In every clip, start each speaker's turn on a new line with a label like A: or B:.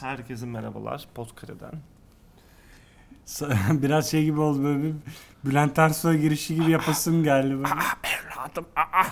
A: Herkese merhabalar Podkre'den.
B: Sa- Biraz şey gibi oldu böyle bir Bülent Ersoy girişi gibi yapasım geldi böyle.
A: Rahatım. Aa,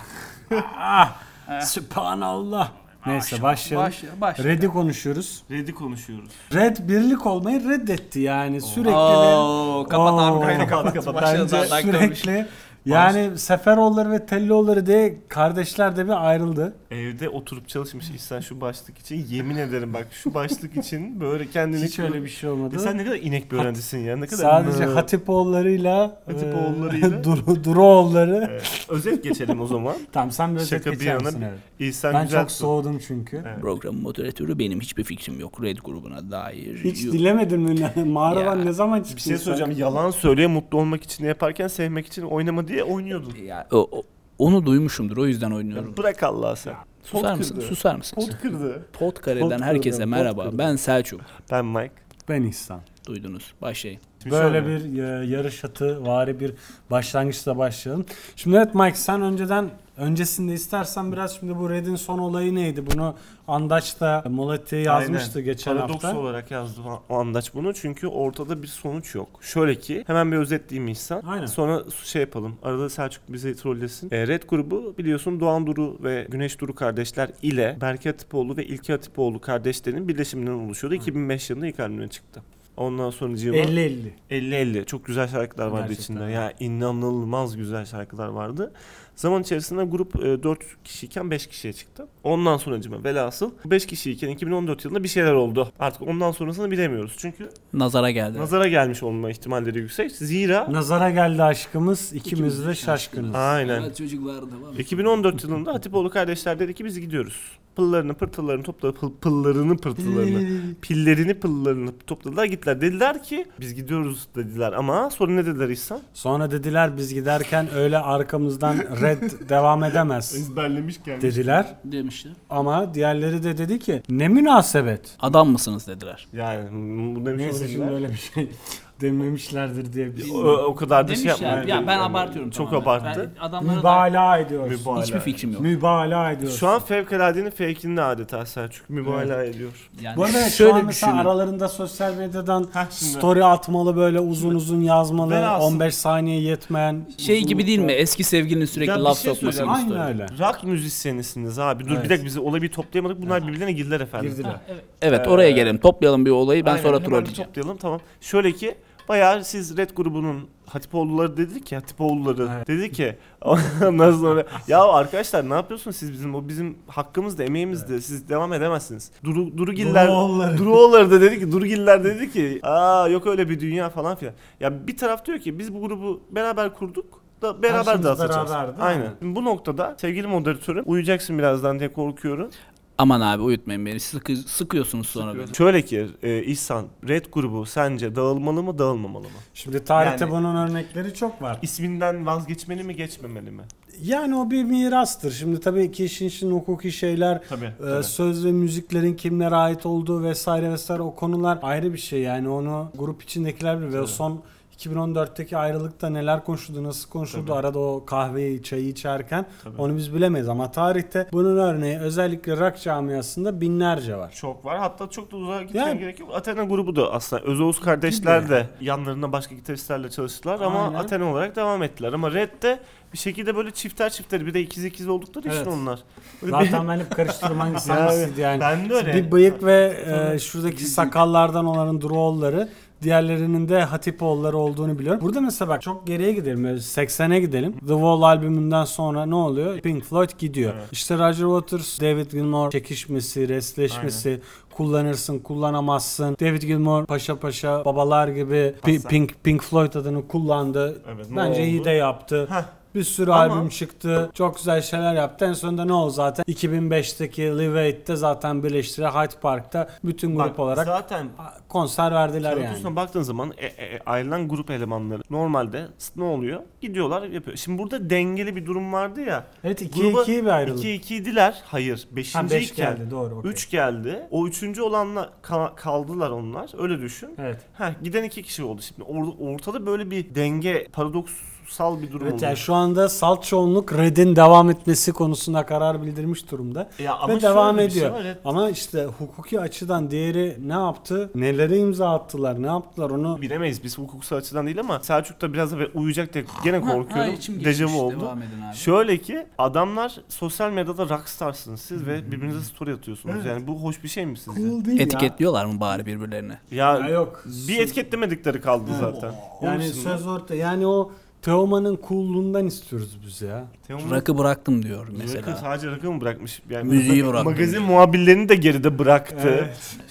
B: Ah! Sübhanallah. Neyse başlayalım.
C: Başla, başla.
B: Red'i konuşuyoruz.
A: Red'i konuşuyoruz.
B: Red birlik olmayı reddetti yani sürekli. bir-
C: Oo, kapat abi
B: Oo,
C: kaydı kapat. Başladı
B: Bence
C: zaten dönmüş.
B: sürekli yani Seferoğulları ve Tellioğulları diye kardeşler de bir ayrıldı.
A: Evde oturup çalışmış İhsan şu başlık için yemin ederim bak şu başlık için böyle kendini...
B: Hiç öyle bir şey
A: Ya
B: olmadı.
A: E sen ne kadar inek bir öğrencisin ya. Ne kadar
B: Sadece
A: Mı?
B: Hatipoğulları'yla
A: Hatipoğulları'yla-
B: e, Duru, Duruoğulları.
A: Evet, E, özet geçelim o zaman.
B: Tamam sen biraz
A: Şaka bir
B: geçer
A: yana.
B: misin? Evet.
A: İhsan
B: Ben
A: güzel
B: çok soğudum çünkü.
A: Evet.
C: Programın moderatörü benim hiçbir fikrim yok Red grubuna dair.
B: Hiç
C: Yok.
B: dilemedin mi? Mağaradan
C: Ya,
B: ne zaman çıktın?
A: Bir şey
B: sen?
A: söyleyeceğim. Yalan söyleye mutlu olmak için ne yaparken sevmek için oynama diye oynuyordun.
C: Ya, o- o- onu duymuşumdur o yüzden oynuyorum.
A: Ya bırak Allah'a sen. Pot
C: Susar mısın?
A: kırdı.
C: Susar mısın?
A: Pot kırdı.
C: Podkare'den
B: Pot
C: herkese
B: kırdım, pot
C: merhaba.
B: kırdım.
C: Ben Selçuk.
A: Ben Mike.
B: Ben İhsan.
C: Duydunuz. Başlayın.
A: Şimdi
B: Böyle
A: şöyle.
B: bir e, yarış atı vari bir başlangıçla başlayalım. Şimdi evet Mike sen önceden öncesinde istersen biraz şimdi bu Red'in son olayı neydi? Bunu Andaç da Molati'ye şey yazmıştı
A: Aynen.
B: geçen
A: Paradoks
B: hafta.
A: olarak yazdı o Andaç bunu çünkü ortada bir sonuç yok. Şöyle ki hemen bir özetleyeyim İhsan.
B: Aynen.
A: Sonra şey yapalım. Arada Selçuk bizi trollesin. E, Red grubu biliyorsun Doğan Duru ve Güneş Duru kardeşler ile Berke Atipoğlu ve İlke Atipoğlu kardeşlerin birleşiminden oluşuyordu. 2005 yılında ilk albümüne çıktı. Ondan sonra
B: 50-50.
A: 50-50 çok güzel şarkılar vardı
B: Gerçekten.
A: içinde. Ya inanılmaz güzel şarkılar vardı. Zaman içerisinde grup 4 kişiyken 5 kişiye çıktı. Ondan sonracıma velhasıl 5 kişiyken 2014 yılında bir şeyler oldu. Artık ondan sonrasını bilemiyoruz. Çünkü
C: Nazara geldi.
A: nazara gelmiş olma ihtimalleri yüksek. Zira
B: Nazara geldi aşkımız ikimiz de şaşkınız.
A: aynen.
C: çocuklar devam.
A: 2014 yılında Hatipoğlu kardeşler dedi ki biz gidiyoruz. Pıllarını pırtılarını topladı. Pıl, pıllarını pırtılarını. Pillerini pıllarını topladılar gittiler. Dediler ki biz gidiyoruz dediler ama sonra ne dediler İhsan?
B: Sonra dediler biz giderken öyle arkamızdan Red devam edemez
A: Ezberlemiş kendini.
B: dediler.
C: Demişti.
B: Ama diğerleri de dedi ki ne münasebet.
C: Adam mısınız dediler.
A: Yani m- bu demiş
B: Neyse şimdi
A: olabilirler.
B: öyle bir şey dememişlerdir diye bir
A: O, o kadar da şey
C: Demişler.
A: yapmayın.
C: ya ben abartıyorum
A: Çok
C: tamamen.
A: abarttı.
C: Ben adamlara da
B: mübalağa ediyorsun.
A: Mübalağa.
C: hiçbir fikrim yok.
B: Mübalağa ediyorsun.
A: Şu an fevkaladenin fake'ini adeta Selçuk mübalağa ediyor.
C: Yani
B: bu arada evet, şu
C: şöyle
B: an mesela
C: düşünün.
B: aralarında sosyal medyadan
A: Heh, şimdi.
B: story atmalı böyle uzun uzun yazmalı
A: Ben aslında-
B: 15 saniye yetmeyen.
C: şey gibi değil mi? Eski sevgilinin sürekli
A: Ya bir
C: laf
A: şey
C: sokması.
A: söyleyeceğim.
B: Aynen öyle.
A: Rock müzisyenisiniz abi. Dur
B: Evet.
A: bir dakika biz olayı bir toplayamadık. Bunlar birbirlerine girdiler efendim.
B: Girdiler.
C: Evet
A: Ee,
C: oraya gelelim. Toplayalım bir olayı. Ben
A: Aynen,
C: sonra
A: hemen bir
C: trolleyeceğim.
A: toplayalım tamam. Şöyle ki bayağı siz Red grubunun Hatipoğulları dedi ki Hatipoğulları
B: Evet.
A: dedi ki ondan sonra ya arkadaşlar ne yapıyorsunuz siz bizim o bizim hakkımızdı emeğimizdi siz devam edemezsiniz. Duru, Durugiller
B: Duruoğulları.
A: Duruoğulları da dedi ki Durugiller dedi ki aa yok öyle bir dünya falan filan. Ya bir taraf diyor ki biz bu grubu beraber kurduk da beraber
B: Karşımız
A: de atacağız.
B: beraber, değil mi?
A: Aynen. Bu noktada sevgili moderatörüm uyuyacaksın birazdan diye korkuyorum.
C: Aman abi uyutmayın beni. Sıkı, sıkıyorsunuz sonra beni.
A: Şöyle ki e, İhsan Red grubu sence dağılmalı mı dağılmamalı mı?
B: Şimdi tarihte
A: Yani-
B: bunun örnekleri çok var.
A: İsminden vazgeçmeli mi geçmemeli mi?
B: Yani o bir mirastır. Şimdi tabii ki işin işin hukuki şeyler
A: Tabii.
B: Ee, söz ve müziklerin kimlere ait olduğu vesaire vesaire o konular ayrı bir şey yani onu grup içindekiler bilir. Ve o
A: Tabii.
B: son 2014'teki ayrılıkta neler konuşuldu, nasıl konuşuldu
A: Tabii.
B: arada o kahveyi, çayı içerken
A: Tabii.
B: onu biz bilemeyiz ama tarihte bunun örneği özellikle rock camiasında binlerce var.
A: Çok var. Hatta çok da uzağa gitmeye
B: Yani-
A: gerek yok. Athena grubu da aslında Özoğuz kardeşler de yanlarında başka gitaristlerle çalıştılar ama
B: Aynen.
A: Athena olarak devam ettiler. Ama Red de bir şekilde böyle çifter çifter bir de ikiz ikiz oldukları için
B: Evet.
A: onlar. Böyle
B: Zaten ben hep karıştırırım hangisi hangisiydi
A: bir,
B: yani.
A: ben de öyle.
B: Bir bıyık ve e, şuradaki sakallardan olanın Druoğulları, diğerlerinin de Hatipoğulları olduğunu biliyorum. Burada mesela bak çok geriye gidelim. böyle 80'e gidelim. The Wall albümünden sonra ne oluyor? Pink Floyd gidiyor.
A: Evet.
B: İşte Roger Waters, David Gilmour çekişmesi, resleşmesi, kullanırsın, kullanamazsın. David Gilmour paşa paşa babalar gibi Pi-
A: Hasan.
B: Pink Pink Floyd adını kullandı.
A: Evet, ne
B: Bence iyi
A: oldu?
B: de yaptı.
A: Heh.
B: Bir sürü
A: Ama-
B: albüm çıktı. Çok güzel şeyler yaptı. En sonunda ne oldu zaten? 2005'teki Live Aid'de zaten birleştire Hyde Park'ta bütün grup
A: Bak,
B: olarak
A: zaten
B: konser verdiler yani.
A: Kağıtüstüne baktığın zaman e, e, e, ayrılan grup elemanları normalde s- ne oluyor? Gidiyorlar yapıyor. Şimdi burada dengeli bir durum vardı ya.
B: Evet 2
A: Gruba
B: 2 bir ayrılık.
A: 2 2 idiler. Hayır. 5.
B: ha 5
A: geldi.
B: geldi doğru. okey.
A: 3 geldi. O üçüncü olanla ka- kaldılar onlar. Öyle düşün.
B: Evet.
A: Ha giden iki kişi oldu şimdi. Or- ortada böyle bir denge paradoks sal bir durum
B: Evet
A: oluyor.
B: yani şu anda salt çoğunluk Red'in devam etmesi konusunda karar bildirmiş durumda.
A: Ya
B: ve devam
A: şöyle bir şey
B: ediyor.
A: var, evet.
B: Ama işte hukuki açıdan diğeri ne yaptı? Nelere imza attılar? Ne yaptılar onu?
A: Bilemeyiz biz hukuksal açıdan değil ama Selçuk da biraz da böyle uyuyacak diye gene
C: Ha, ha,
A: korkuyorum.
C: içim
A: Dejavu
C: geçmiş.
A: oldu.
C: Devam edin abi.
A: Şöyle ki adamlar sosyal medyada rockstarsınız siz
B: Hmm.
A: ve birbirinize story atıyorsunuz. Yani bu hoş bir şey mi sizce?
B: değil
C: Etiketliyorlar mı bari birbirlerine?
A: Ya,
B: Ya yok.
A: bir etiketlemedikleri kaldı zaten.
B: Yani
A: Olsun lan.
B: söz orta. Yani o Teoman'ın coolluğundan istiyoruz biz ya.
A: Teoman-
C: Rakı bıraktım diyor
A: Rakı,
C: mesela.
A: sadece rakı mı bırakmış? Yani
C: Müziği bıraktım.
A: Magazin muhabirlerini de geride bıraktı.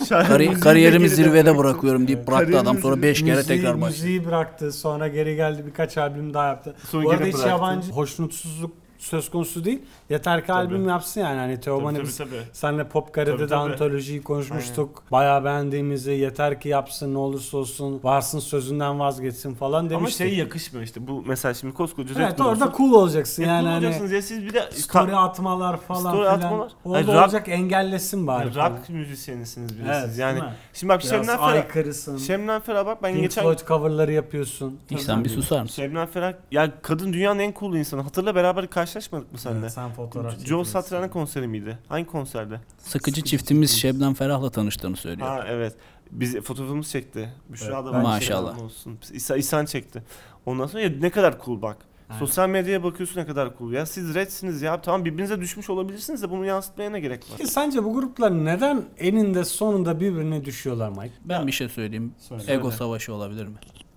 A: Şarkı
C: Kari-
A: müziği de
C: kariyerimi
A: geride
C: zirvede
A: bıraktı.
C: bırakıyorum deyip bıraktı adam sonra 5 kere
B: Müziği-
C: tekrar başladı.
B: Müziği bıraktı sonra geri geldi birkaç albüm daha yaptı.
A: Sonra
B: Bu arada
A: geri
B: hiç
A: bıraktı.
B: yabancı hoşnutsuzluk söz konusu değil. Yeter ki albüm yapsın yani. Hani
A: Tabii,
B: Teoman'ı
A: tabii,
B: biz
A: tabii.
B: Senle Pop
A: Tabii,
B: Kare'de de
A: tabii.
B: antolojiyi konuşmuştuk. Bayağı beğendiğimizi yeter ki yapsın ne olursa olsun varsın sözünden vazgeçsin falan
A: Ama
B: demiştik.
A: şey yakışmıyor işte bu mesela şimdi koskoca
B: evet
A: grubusun.
B: orada cool olacaksın
A: Ya
B: yani
A: cool
B: hani
A: olacaksınız ya siz bir de
B: story atmalar falan
A: Story
B: filan.
A: atmalar.
B: Orada
A: Hayır, rock-
B: olacak engellesin bari.
A: Yani
B: falan.
A: rock müzisyenisiniz bir de
B: Evet,
A: siz. Yani
B: değil mi?
A: şimdi bak
B: Biraz
A: Şebnem Ferah.
B: aykırısın.
A: Şebnem Ferah bak ben
B: Pink
A: geçen
B: Floyd coverları yapıyorsun.
C: İnsan bir susar mısın?
A: Şebnem Ferah ya kadın dünyanın en cool insanı. Hatırla beraber karşılaşmadık mı senle?
B: Evet, sen fotoğraf
A: Joe
B: çekiyorsun.
A: Satriani konseri miydi? Hangi konserde?
C: Sıkıcı çiftimiz Şebnem Ferah'la tanıştığını söylüyor.
A: Ha evet. Biz fotoğrafımız çekti. Büşra
B: Evet.
A: da var.
C: Maşallah.
A: Selam Olsun. İsa, İhsan çekti. Ondan sonra ya ne kadar cool bak.
B: Aynen.
A: Sosyal medyaya bakıyorsun ne kadar cool. Ya siz redsiniz ya. Tamam birbirinize düşmüş olabilirsiniz de bunu yansıtmaya ne gerek var?
B: Peki sence bu gruplar neden eninde sonunda birbirine düşüyorlar Mike?
C: Ben bir şey söyleyeyim.
B: Söyle.
C: Ego
A: Söyle.
C: savaşı olabilir mi?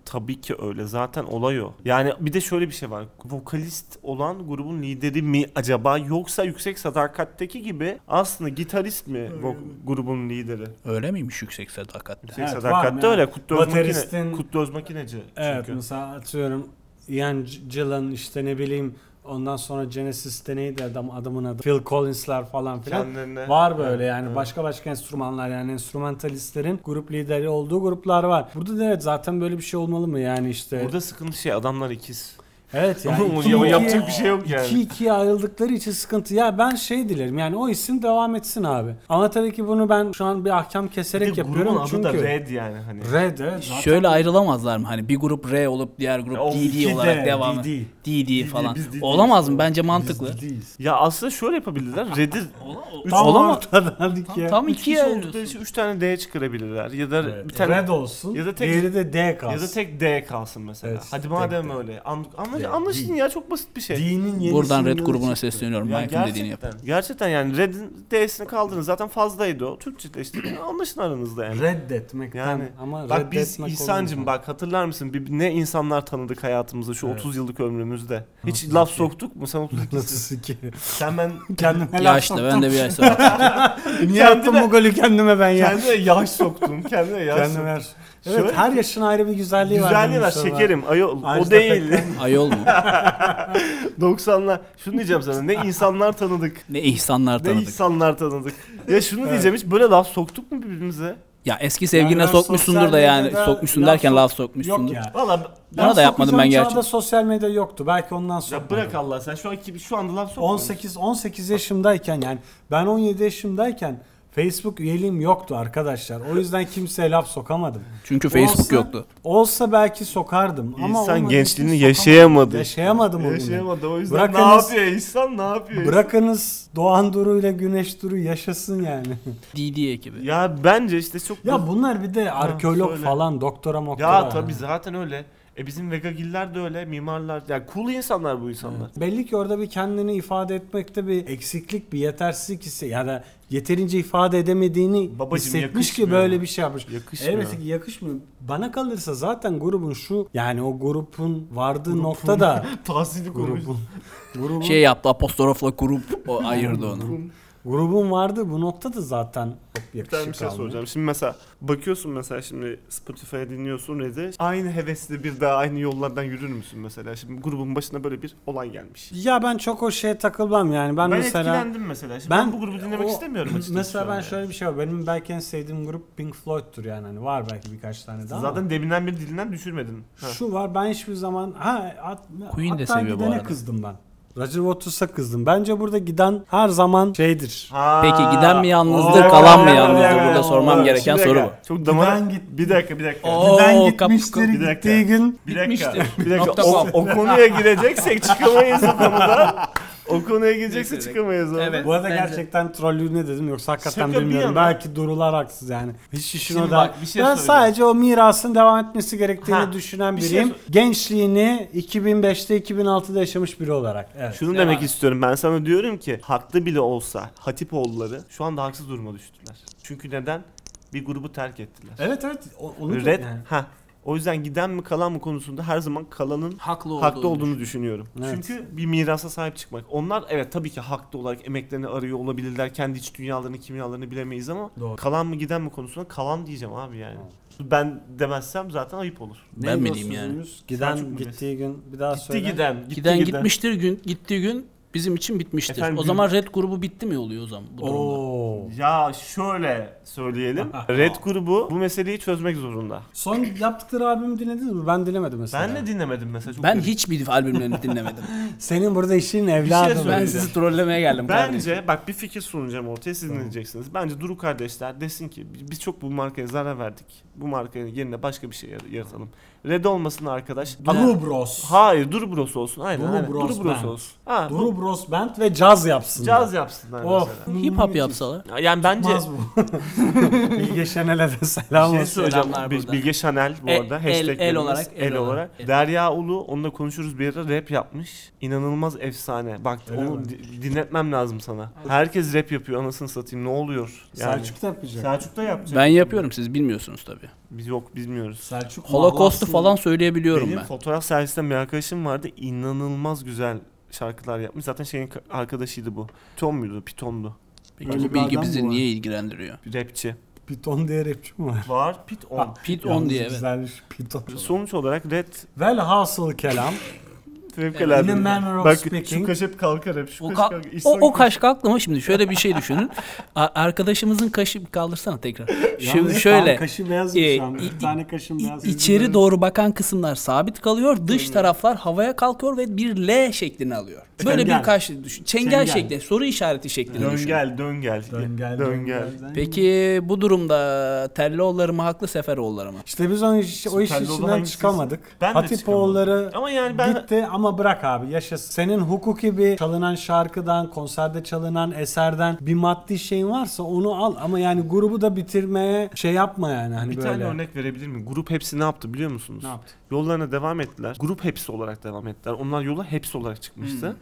A: Tabii ki öyle. Zaten olay o. Yani bir de şöyle bir şey var. Vokalist olan grubun lideri mi acaba yoksa yüksek sadakatteki gibi aslında gitarist mi vo- grubun lideri?
C: Öyle miymiş yüksek sadakatte?
A: Yüksek
B: Evet, var mı
A: sadakatte
B: yani?
A: öyle. Kutlu Özmakine,
B: Bateristin-
A: Kutlu Özmakineci
B: Evet
A: çünkü.
B: mesela atıyorum Ian Gillan işte ne bileyim ondan sonra Genesis'te neydi adam adamın adı Phil Collins'lar falan filan.
A: Kendilerine-
B: Var böyle
A: Evet,
B: yani
A: evet.
B: başka başka enstrümanlar yani enstrümantalistlerin grup lideri olduğu gruplar var. Burada da evet zaten böyle bir şey olmalı mı yani işte.
A: Burada sıkıntı şey adamlar ikiz.
B: evet yani
A: Ama
B: iki-
A: ya-
B: iki-
A: yapacak bir şey yok yani.
B: İki ikiye ayrıldıkları için sıkıntı. Ya ben şey dilerim yani o isim devam etsin abi. Ama tabii ki bunu ben şu an bir ahkam
A: Bir
B: keserek
A: de grubun
B: yapıyorum
A: adı da
B: çünkü.
A: Red yani hani.
B: Red evet zaten.
C: Şöyle ayrılamazlar mı? Hani bir grup R olup diğer grup
A: Of,
C: DD olarak devam
B: DD.
C: DD falan.
A: biz DD.
C: Olamaz mı? Bence mantıklı.
B: Biz değiliz.
A: Ya aslında şöyle yapabilirler. Red'i
B: Tam
C: Olamaz.
B: ortadan ikiye.
C: Tam
A: üç
C: ikiye
A: kişi oldukları
C: ayrılıyorsun.
A: için 3 tane D çıkarabilirler. Ya da
B: Evet.
A: bir tane
B: Red olsun.
A: Ya da tek-
B: diğeri de D kalsın.
A: ya da tek D kalsın mesela.
B: Evet,
A: Hadi
B: tek
A: madem
B: D.
A: öyle. An- ama
B: D,
A: anlaşılın
B: D.
A: ya çok basit bir şey.
B: D'nin yenisinin
C: Buradan Red
B: yanı
C: grubuna
B: çıktı.
C: sesleniyorum.
A: Ya
C: Mike'ın dediğini yap.
A: gerçekten, gerçekten yani Red'in D'sini kaldırın. Zaten fazlaydı o. Türkçeleştirin. Anlaşın aranızda yani.
B: Reddetmekten
A: Yani,
B: ama
A: Bak biz
B: reddetmek
A: İhsan'cım
B: olmuyor.
A: bak hatırlar mısın Bir- ne insanlar tanıdık hayatımızda şu
B: Evet.
A: 30 yıllık ömrümüzde. Hiç
B: 32.
A: laf soktuk mu? Sen 32'sin.
B: Nasıl ki?
A: Sen ben
B: Kendime laf
C: Yaşlı
B: soktum.
C: ben de bir yaş sonra.
B: Niye attım bu golü kendime ben ya?
A: kendine yaş soktun. Kendine yaş
B: Kendime.
A: soktun.
B: yaş- Evet
A: Şöyle-
B: her yaşın ayrı bir güzelliği var.
A: Güzelliği var
B: demişler bana.
A: şekerim. Ayol, o
B: Ajda
A: değil.
B: Pekkan.
C: Ayol mu?
A: 90'lar. Şunu diyeceğim sana. Ne insanlar tanıdık.
C: Ne ihsanlar
A: Ne
C: tanıdık.
A: insanlar tanıdık. Ya şunu diyeceğim hiç böyle laf soktuk mu birbirimize?
C: Ya eski
B: Yani
C: sevgiline
B: ben
C: sokmuşsundur da
B: sosyal
C: yani
B: medyada
C: sokmuşsun
B: laf
C: derken
B: sok-
C: laf
B: Yok
C: sokmuşsundur.
B: ya.
A: Valla
C: Bana da yapmadım ben gerçi.
B: Çağda sosyal medya yoktu. Belki ondan sonra.
A: ya bırak Allah sen şu an kim- şu anda laf sokma.
B: 18 18 yaşımdayken yani ben 17 yaşımdayken Facebook üyeliğim yoktu arkadaşlar. O yüzden kimseye laf sokamadım.
C: Çünkü Facebook
B: Olsa-
C: yoktu.
B: Olsa belki sokardım ama
A: İnsan
B: olmadığı
A: gençliğini
B: için sokamadım.
A: yaşayamadı.
B: Yaşayamadım o günü.
A: Yaşayamadı o yüzden ne
B: Bırakınız-
A: yapıyor insan ne yapıyor?
B: Bırakınız Doğan Duru ile Güneş Duru yaşasın yani.
C: DD ekibi.
A: Ya bence işte çok
B: ya bunlar bir de arkeolog
A: söyle.
B: falan doktora
A: Ya
B: moktora.
A: tabii zaten öyle. E bizim vegagiller de öyle, mimarlar. Ya cool insanlar bu insanlar.
B: Belli ki orada bir kendini ifade etmekte bir eksiklik, bir yetersizlik hissi ya da yeterince ifade edemediğini
A: Babacım
B: hissetmiş ki
A: yakışmıyor.
B: böyle bir şey yapmış.
A: Yakışmıyor.
B: Evet ki yakışmıyor. Bana kalırsa zaten grubun şu yani o grubun vardığı noktada
A: Tahsili
B: grubun grubun
C: Şey yaptı apostrofla grup o ayırdı onu.
B: grubun vardı bu noktada zaten çok
A: Ben bir
B: yakışık
A: şey
B: almıyor.
A: soracağım. Şimdi mesela bakıyorsun mesela şimdi Spotify'a dinliyorsun Red'i. Aynı hevesle bir daha aynı yollardan yürür müsün mesela? Şimdi grubun başına böyle bir olay gelmiş.
B: Ya ben çok o şeye takılmam yani. Ben,
A: Ben,
B: mesela
A: etkilendim mesela. Şimdi ben,
B: ben-
A: bu grubu dinlemek
B: o-
A: istemiyorum açıkçası.
B: Mesela
A: şu an
B: ben
A: yani.
B: şöyle bir şey var. Benim belki en sevdiğim grup Pink Floyd'tur yani. Hani var belki birkaç tane daha. ama-
A: Zaten deminden beri dilinden düşürmedin. Ha.
B: Şu var ben hiçbir zaman ha at,
C: Queen de
B: hatta
C: seviyor bu
B: gidene
C: arada.
B: kızdım ben. Roger Waters'a kızdım. Bence burada giden her zaman şeydir.
C: Peki giden mi yalnızdır,
D: Oo,
C: kalan mı
D: bir dakika, bir
C: yalnızdır?
D: dakika,
C: Burada
D: bir
C: sormam
D: dakika.
C: gereken
D: Bir
C: soru bu.
D: dakika.
A: Çok damara...
D: Giden git. Bir dakika bir dakika.
C: Oo,
D: Giden
C: kap-
D: gitmiştir
C: kap-
B: Bir
D: gittiği
B: dakika. gün
D: Bir dakika.
C: Bitmiştir.
A: Bir dakika
C: Nokta
A: o,
C: com.
A: o konuya gireceksek çıkamayız o konudan. O konuya gireceksek
C: Neyse,
A: çıkamayız oradan.
C: evet.
B: bu arada
C: Bence-
B: gerçekten trollü ne dedim yoksa hakikaten
A: Şaka bir
B: bilmiyorum.
A: yana.
B: Belki durular haksız yani. Hiç işin
D: Şimdi
B: o da.
D: bak, bir şey
B: ben
D: söyleyeceğim.
B: sadece o mirasın devam etmesi gerektiğini
D: Ha,
B: düşünen
D: bir şey
B: biriyim.
D: sor-
B: Gençliğini 2005'te 2006'da yaşamış biri olarak. Evet.
A: Şunu
C: Devam.
A: demek istiyorum ben sana diyorum ki haklı bile olsa Hatipoğulları şu anda haksız duruma düştüler. Çünkü neden? Bir grubu terk ettiler.
B: Evet evet. O- Onu diyorum
A: Red,
B: yani.
A: ha. O yüzden giden mi kalan mı konusunda her zaman kalanın
C: Haklı olduğunu.
A: haklı olduğunu düşünüyorum.
B: Evet.
A: Çünkü bir mirasa sahip çıkmak. Onlar evet tabii ki haklı olarak emeklerini arıyor olabilirler. Kendi iç dünyalarını, kimyalarını bilemeyiz ama
B: Doğru.
A: kalan mı giden mi konusunda kalan diyeceğim abi yani. Ben demezsem zaten ayıp olur.
C: Ben mi diyeyim yani?
B: sözümüz? Giden
A: Selçuk
B: gittiği gün bir daha söyle.
A: Gitti giden, gitti
C: Giden
A: giden.
C: gitmiştir gün, gittiği gün bizim için bitmiştir.
A: Efendim,
C: o zaman Red grubu bitti mi oluyor o zaman bu durumda?
B: Oo.
A: Ya şöyle söyleyelim. Red grubu bu meseleyi çözmek zorunda.
B: Son yaptıkları albümü dinlediniz mi? Ben dinlemedim mesela.
A: Ben de dinlemedim mesela. Çok
C: Ben
A: garip.
C: hiçbir albümlerini dinlemedim.
B: Senin burada işin
A: şey
B: evladım.
A: söyleyeceğim.
C: ben
A: Öyle.
C: sizi trollemeye geldim kardeşim.
A: Bence bak bir fikir sunacağım ortaya siz dinleyeceksiniz. Bence Duru kardeşler desin ki "Bi- biz çok bu markaya zarar verdik. Bu markaya yerine başka bir şey yar- yaratalım. Red olmasın arkadaş.
B: Duru Bros.
A: Hayır Duru Bros olsun. Aynen
B: Duru
A: aynen.
B: Bros
A: Duru Bros
B: Band.
A: olsun. Ha, bu
B: Duru Bros Band ve caz yapsın.
A: caz yapsınlar
B: Of.
A: mesela.
C: Hip hop yapsalar.
A: Yani bence
B: Tutmaz bu. Bilge Şenel'e de
A: bir
B: selam
A: şey
B: olsun.
A: söyleyeceğim.
C: Selamlar
A: Bil-
C: buradan.
A: Bilge Chanel bu
C: E-
A: arada.
C: el-
A: Hashtaglerimiz,
C: el olarak, el
A: El
C: olarak.
A: olarak.
C: Evet.
A: Derya Ulu onunla konuşuruz bir ara rap yapmış. İnanılmaz efsane. Bak
B: Öyle
A: onu
B: mi?
A: di- dinletmem lazım sana. Herkes rap yapıyor anasını satayım ne oluyor?
B: Selçuk da yapacak.
A: Selçuk da yapacak.
C: Ben yapıyorum siz bilmiyorsunuz tabii.
A: Biz yok bilmiyoruz.
B: Selçuk
C: Holocaust'u
B: Mavlas'ın-
C: falan söyleyebiliyorum
A: Benim
C: ben.
A: fotoğraf servisinde bir arkadaşım vardı. İnanılmaz güzel şarkılar yapmış. Zaten şeyin ka- arkadaşıydı bu. Piton muydu? Pitondu.
C: Peki
B: Öyle bir
C: bu bilgi
B: adam
C: bizi
B: bu var.
C: niye ilgilendiriyor?
A: Bir Rapçi.
B: Piton diye rapçi mi var?
A: Var Piton.
B: Ha,
C: Pit
B: Yalnız
C: 10 diye evet.
B: Güzelmiş Piton.
A: Sonuç olarak Red
B: Velhasıl kelam.
A: fevkalade.
B: In a manner of
A: Bak şu
B: speaking.
A: kaşıp kalkar hep. Şu
C: O,
A: kaşıp
C: ka-
A: kalkar. İhsan
C: o, o
A: Kılıç.
C: kaş kalkma şimdi şöyle bir şey düşünün. A- arkadaşımızın kaşı kaldırsana tekrar. Şimdi
B: Yalnız
C: şöyle.
B: tam kaşı beyazmış
C: e,
B: ama.
C: i-
B: Bir tane kaşım beyaz.
C: İ- İçeri doğru bakan kısımlar sabit kalıyor, dış taraflar havaya kalkıyor ve bir L şeklini alıyor. Böyle
B: Çengel.
C: bir karşı düşün. Çengel,
B: Çengel.
C: şekli, soru işareti şeklini düşün.
A: Döngel döngel.
B: Döngel. döngel.
C: Peki bu durumda Telloğulları mı haklı Seferoğulları mı?
B: İşte biz onun iş, o iş
A: Süper Bowl'da
B: işinden
A: hangisi?
B: çıkamadık.
A: Ben de
B: Hatipoğulları
A: Ama yani ben
B: gitti ama bırak abi yaşasın. Senin hukuki bir çalınan şarkıdan, konserde çalınan eserden bir maddi şeyin varsa onu al. Ama yani grubu da bitirmeye şey yapma yani. Hani
A: bir
B: böyle.
A: tane örnek verebilir miyim? Grup hepsi ne yaptı biliyor musunuz?
B: Ne yaptı?
A: Yollarına devam ettiler. Grup hepsi olarak devam ettiler. Onlar yola hepsi olarak çıkmıştı.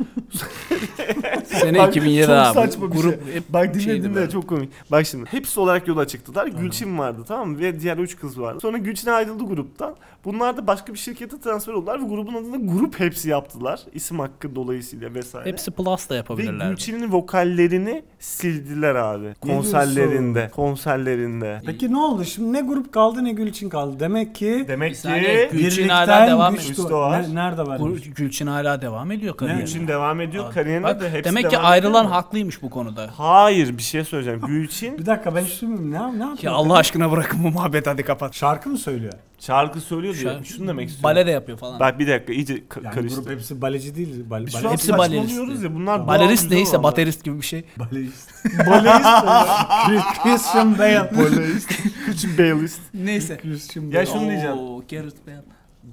C: Sene
A: Bak,
C: 2007
A: çok
C: abi.
A: saçma bir
C: Grup
A: şey.
C: hep
A: Bak dinle
C: şeydi
A: dinle
C: böyle.
A: çok komik. Bak şimdi hepsi olarak yola çıktılar. Gülçin vardı tamam mı? Ve diğer üç kız vardı. Sonra Gülçin ayrıldı gruptan. Bunlar da başka bir şirkete transfer oldular ve grubun adını grup hepsi yaptılar. İsim hakkı dolayısıyla vesaire.
C: Hepsi Plus da
A: ve
C: yapabilirler.
A: Gülçin'in vokallerini sildiler abi. Konserlerinde. Konserlerinde.
B: Peki ne oldu? Şimdi ne grup kaldı ne Gülçin kaldı. Demek ki
A: Demek
C: Bir
A: ki
C: saniye, Gül- Gülçin
B: birlikten
C: hala devam
B: güç
A: ediyor.
B: doğ-
A: Güç doğar.
B: Ne- nerede var?
C: Bu- Gülçin hala devam ediyor kariyerine.
A: Gülçin devam ediyor. Kariyerinde
C: Bak,
A: de hepsi
C: demek ki
A: devam ediyor.
C: ayrılan haklıymış bu konuda.
A: Hayır bir şey söyleyeceğim. Gülçin
B: Bir dakika ben hiç bilmiyorum. Ne, ne
C: Ya
B: yapıyor?
C: Allah aşkına bırakın bu muhabbeti hadi kapat.
B: Şarkı mı söylüyor?
A: şarkı söylüyor diyor.
C: Şarkı-
A: Şunu demek istiyorum.
C: Bale de yapıyor falan.
A: Bak bir dakika iyice ka-
B: Yani
A: karıştı.
B: grup hepsi baleci değil. Bal,
A: Biz şu
B: bale-
A: an
C: Hepsi
A: saçmalıyoruz
C: balerist.
A: ya. Bunlar
C: Balerist
A: doğal
C: değilse
A: güzel olanlar.
C: baterist gibi bir şey.
B: Balerist. Balerist. Christian Bale.
A: Balerist. Küçük Baleist.
C: Neyse.
B: Christian
A: Ya
B: Bale.
A: şunu diyeceğim.
C: Gareth Bale.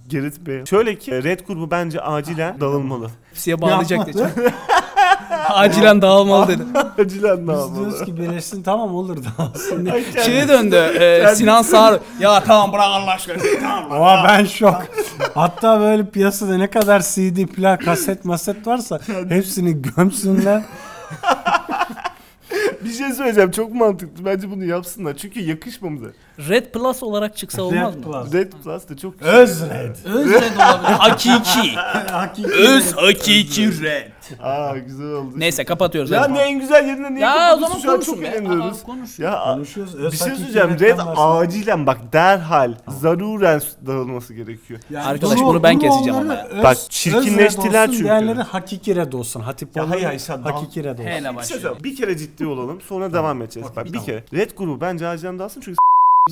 A: Gerrit Bale. Şöyle ki Red grubu bence
C: Ah.
A: acilen dağılmalı.
C: Hepsiye bağlayacak dedi. Acilen dağılmalı dedi.
A: acilen
B: Biz diyoruz
A: dağılmalı.
B: ki birleşsin tamam olur da.
A: Ay, kendi-
C: Şeye döndü. e, Sinan Sağır. Ya tamam bırak Allah aşkına. Tamam.
B: Ama ben şok. Hatta böyle piyasada ne kadar CD, plak, kaset, maset varsa hepsini gömsünler.
A: bir şey söyleyeceğim çok mantıklı. Bence bunu yapsınlar. Çünkü yakışmamıza.
C: Red Plus olarak çıksa olmaz mı?
B: Plus.
A: Red Plus da çok
B: Öz Red.
C: Öz Red olabilir. Hakiki.
B: Hakiki
C: Öz hakiki Red.
A: Aa güzel oldu.
C: Neyse kapatıyoruz.
A: Ya
C: hadi.
A: ne en güzel yerine niye
C: Ya o
A: kapatıyorsun?
C: zaman
A: Şu an
C: konuşun
A: çok
C: be.
A: eğleniyoruz.
C: Aa, konuş.
A: Ya
B: Konuşuyoruz.
A: bir
B: Öz
A: şey
B: hakiki
A: söyleyeceğim.
B: Red'den
A: Red
B: bahsediyoruz.
A: acilen bak derhal zaruren dağılması gerekiyor.
B: Yani
C: Arkadaş,
B: Duru-
C: bunu
B: Duru
C: ben keseceğim ama
B: onları
C: ya.
B: öz-
A: Bak,
B: öz Red
A: çirkinleştiler
B: olsun,
A: çünkü.
B: Diğerleri hakiki Red olsun. Hatip
A: Ya
B: olanı
A: hayır, hayır, sen dal-
B: hakiki Red olsun.
A: Bir
C: Hele
A: şey
C: başlayalım.
A: söyleyeceğim. Bir kere ciddi olalım sonra devam edeceğiz. Bak bir kere Red grubu bence acilen dağılsın çünkü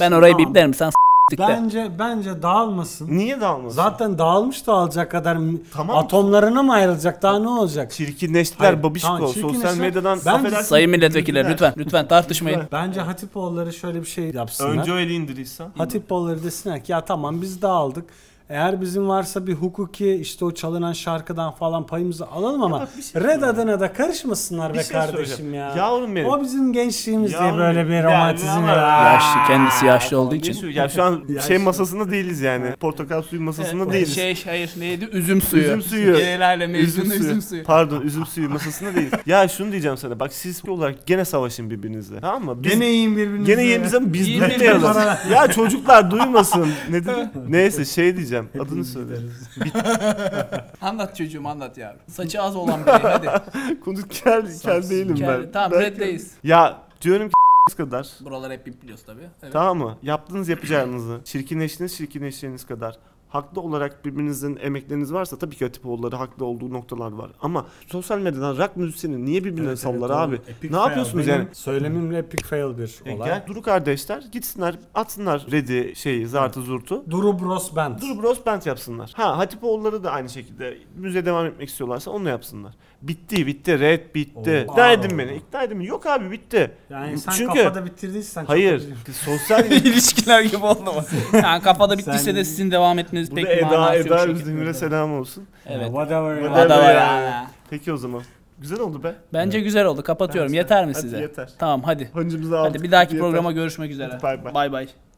C: Ben orayı biplerim sen s-
B: Bence bence dağılmasın.
A: Niye dağılmasın?
B: Zaten dağılmış da alacak kadar m-
A: Tamam.
B: atomlarına mı ayrılacak daha ne olacak?
A: Çirkinleştiler
B: Hayır,
A: babişko.
B: tamam,
A: Sosyal
B: çirkinleştiler.
A: medyadan
B: Ben-
A: affedersin,
C: Sayın milletvekiller
A: güldüler.
C: lütfen lütfen tartışmayın.
B: Bence Hatipoğulları şöyle bir şey yapsınlar.
A: Önce öyle indir İsa.
B: Hatipoğulları desinler ki ya tamam biz dağıldık. Eğer bizim varsa bir hukuki işte o çalınan şarkıdan falan payımızı alalım ama
A: bak bir şey
B: Red adına da karışmasınlar
A: Bir
B: be
A: şey
B: kardeşim
A: söyleyeceğim.
B: ya.
A: Yavrum benim.
B: O bizim gençliğimiz diye
A: Yavrum
B: böyle bir
A: benim.
B: romantizm
A: Ya,
B: var.
A: ya.
C: Yaşlı kendisi yaşlı olduğu
A: Ne
C: için.
A: suyu? Ya şu an
B: Ya
A: şey
B: şu-
A: masasında değiliz yani. Portakal suyu masasında
C: Evet,
A: değiliz.
C: Şey hayır neydi? Üzüm suyu.
A: Üzüm suyu.
C: Genel aleme
A: üzüm,
C: üzüm,
A: suyu.
C: üzüm suyu.
A: Pardon üzüm suyu masasında değiliz. Ya şunu diyeceğim sana. Bak siz olarak gene savaşın birbirinizle. Tamam mı? Biz,
B: Gene yiyin birbirinizi.
A: gene yerimize mi? biz
C: Yiyin
A: duymayalım.
B: birbirinizi.
A: ya çocuklar duymasın. Ne dedim? Neyse şey diyeceğim. Adını söyle.
C: Anlat çocuğum anlat ya. Saçı az olan biri hadi.
A: Konuk kel, kel değilim ben.
C: Gel, tamam
A: Ben-
C: reddeyiz.
A: Ya diyorum ki kadar.
C: Buralar hep bipliyoruz tabii. Evet.
A: Tamam mı? Yaptığınız yapacağınızı, çirkinleştiğiniz çirkinleştiğiniz kadar haklı olarak birbirinizin emekleriniz varsa tabii ki Atipoğulları haklı olduğu noktalar var. Ama sosyal medyadan rock müzisyeni niye birbirine sallar abi? ne yapıyorsunuz yani?
B: Söylemimle epic fail bir
A: E,
B: olay.
A: gel Duru kardeşler gitsinler atsınlar Red'i şeyi zartı zurtu.
B: Duru Bros Band.
A: Duru Bros Band yapsınlar. Ha Hatipoğulları da aynı şekilde müze devam etmek istiyorlarsa onu yapsınlar. Bitti bitti Red bitti.
B: Oo.
A: İkna edin
B: Aa.
A: beni ikna edin beni. Yok abi bitti.
B: Yani sen
A: Çünkü-
B: kafada bitirdiysen çok
A: Hayır
B: üzücü.
A: sosyal
C: İlişkiler gibi oldu mu? Yani kafada bittiyse
B: Sen-
C: de sizin devam etmeniz
A: Burada
C: pek
A: Eda,
C: manası yok.
A: Eda
C: çünkü.
A: Özdemir'e selam olsun.
C: Evet.
B: Whatever. you
A: Whatever.
B: want.
C: Ada var
A: ya.
C: yani.
A: Peki o zaman. Güzel oldu be.
C: Bence güzel oldu. Kapatıyorum.
A: Bence-
C: Yeter mi
A: Hadi
C: size?
A: yeter.
C: Tamam hadi.
A: Hıncımızı aldık.
C: Hadi bir dahaki
A: yeter.
C: programa görüşmek üzere.
A: Hadi bay bay.
C: Bay bay.